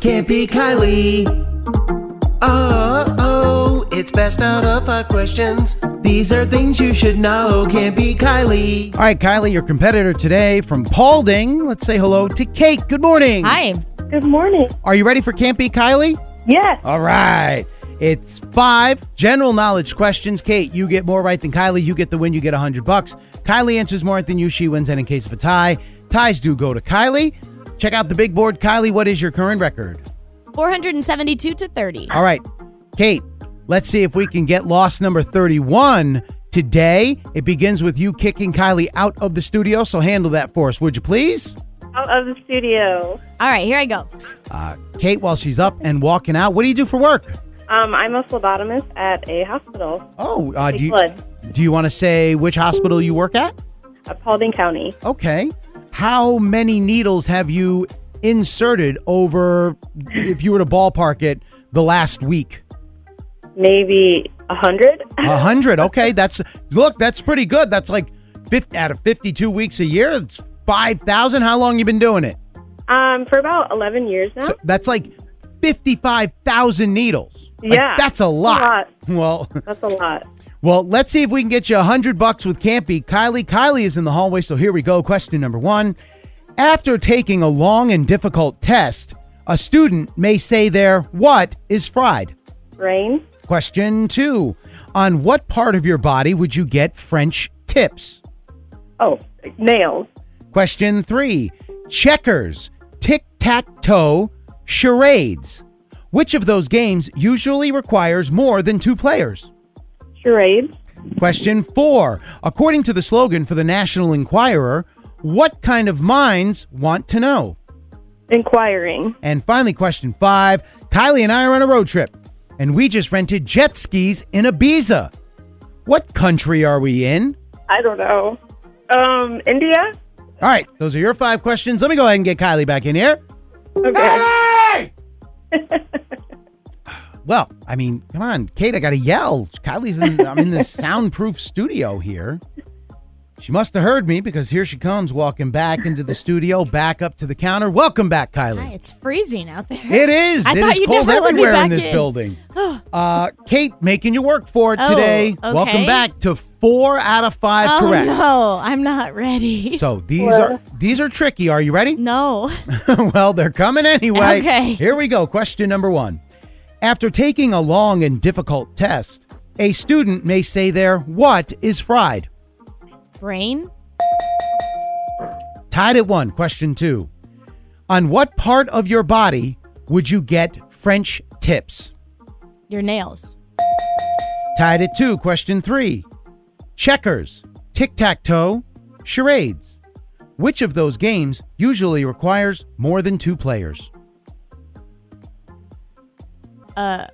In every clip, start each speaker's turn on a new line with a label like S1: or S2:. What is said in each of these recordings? S1: Can't be Kylie. Oh, oh, it's best out of five questions. These are things you should know. Can't be Kylie.
S2: All right, Kylie, your competitor today from Paulding. Let's say hello to Kate. Good morning.
S3: Hi.
S4: Good morning.
S2: Are you ready for Can't Be Kylie?
S4: Yes.
S2: All right. It's five general knowledge questions. Kate, you get more right than Kylie. You get the win. You get 100 bucks. Kylie answers more right than you. She wins. And in case of a tie, ties do go to Kylie. Check out the big board. Kylie, what is your current record?
S3: 472 to 30.
S2: All right, Kate, let's see if we can get loss number 31 today. It begins with you kicking Kylie out of the studio, so handle that for us, would you please?
S4: Out of the studio.
S3: All right, here I go.
S2: Uh, Kate, while she's up and walking out, what do you do for work?
S4: Um, I'm a phlebotomist at a hospital,
S2: Oh, uh, do
S4: Take
S2: you,
S4: blood.
S2: do you want to say which hospital you work at?
S4: at uh, Paulding County.
S2: Okay. How many needles have you inserted over, if you were to ballpark it, the last week?
S4: Maybe a hundred.
S2: A hundred. Okay, that's look. That's pretty good. That's like 50, out of fifty-two weeks a year. It's five thousand. How long you been doing it?
S4: Um, for about eleven years now.
S2: So that's like fifty-five thousand needles. Like,
S4: Yeah,
S2: that's a lot.
S4: that's
S2: Well,
S4: That's a lot.
S2: well, let's see if we can get you a hundred bucks with Campy. Kylie, Kylie is in the hallway. So here we go. Question number one: After taking a long and difficult test, a student may say their what is fried.
S4: Rain.
S2: Question two: On what part of your body would you get French tips?
S4: Oh, nails.
S2: Question three checkers, tic tac toe, charades. Which of those games usually requires more than two players?
S4: Charades.
S2: Question four. According to the slogan for the National Enquirer, what kind of minds want to know?
S4: Inquiring.
S2: And finally, question five. Kylie and I are on a road trip, and we just rented jet skis in Ibiza. What country are we in?
S4: I don't know. Um, India.
S2: All right, those are your five questions. Let me go ahead and get Kylie back in here.
S4: Okay.
S2: Well, I mean, come on, Kate, I gotta yell. Kylie's in I'm in this soundproof studio here. She must have heard me because here she comes walking back into the studio, back up to the counter. Welcome back, Kylie.
S3: Hi, it's freezing out there.
S2: It is.
S3: I
S2: It
S3: thought
S2: is
S3: you'd
S2: cold
S3: never let me
S2: everywhere in
S3: back
S2: this
S3: in.
S2: building. uh, Kate, making you work for it
S3: Oh,
S2: today. Welcome
S3: okay.
S2: back to four out of five
S3: oh,
S2: correct.
S3: no, I'm not ready.
S2: So these are these are tricky. Are you ready?
S3: no.
S2: well, they're coming anyway.
S3: Okay.
S2: Here we go. Question number one. After taking a long and difficult test, a student may say their what is fried.
S3: Brain?
S2: Tied at one. Question two. On what part of your body would you get French tips?
S3: Your nails.
S2: Tied at two. Question three. Checkers, tic tac toe, charades. Which of those games usually requires more than two players?
S3: Uh,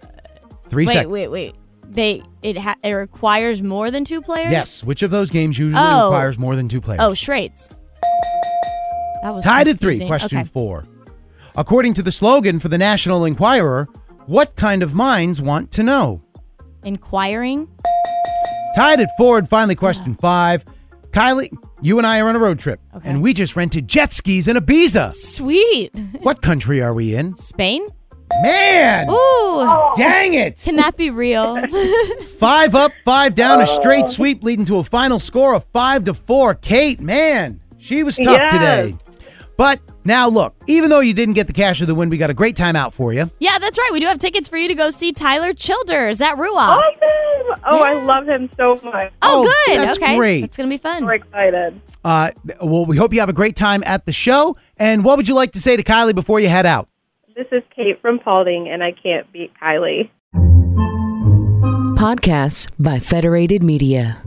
S2: Three
S3: wait,
S2: seconds.
S3: wait, wait. They it ha- it requires more than two players?
S2: Yes. Which of those games usually
S3: Oh.
S2: requires more than two players?
S3: Oh, charades. That was
S2: Tied at three.
S3: confusing.
S2: Question
S3: Okay.
S2: four. According to the slogan for the National Enquirer, what kind of minds want to know?
S3: Inquiring?
S2: Tied at four. And finally, question five. Kylie, you and I are on a road trip,
S3: Okay.
S2: and we just rented jet skis in Ibiza.
S3: Sweet.
S2: what country are we in?
S3: Spain?
S2: Man!
S3: Ooh.
S2: Dang it!
S3: Can that be real?
S2: Five up, five down, a
S3: Uh.
S2: straight sweep leading to a final score of five to four. Kate, man, she was tough
S4: Yes.
S2: today. But now look, even though you didn't get the cash of the win, we got a great time out for you.
S3: yeah, that's right. We do have tickets for you to go see Tyler Childers at Ruoff.
S4: Awesome. Oh, I love him so much.
S3: Oh,
S2: Oh,
S3: good.
S2: that's
S3: okay.
S2: great.
S3: It's going to be fun.
S4: I'm so excited.
S2: Uh, well, we hope you have a great time at the show. And what would you like to say to Kylie before you head out?
S4: This is Kate from Paulding, and I can't beat Kylie.
S5: Podcasts by Federated Media.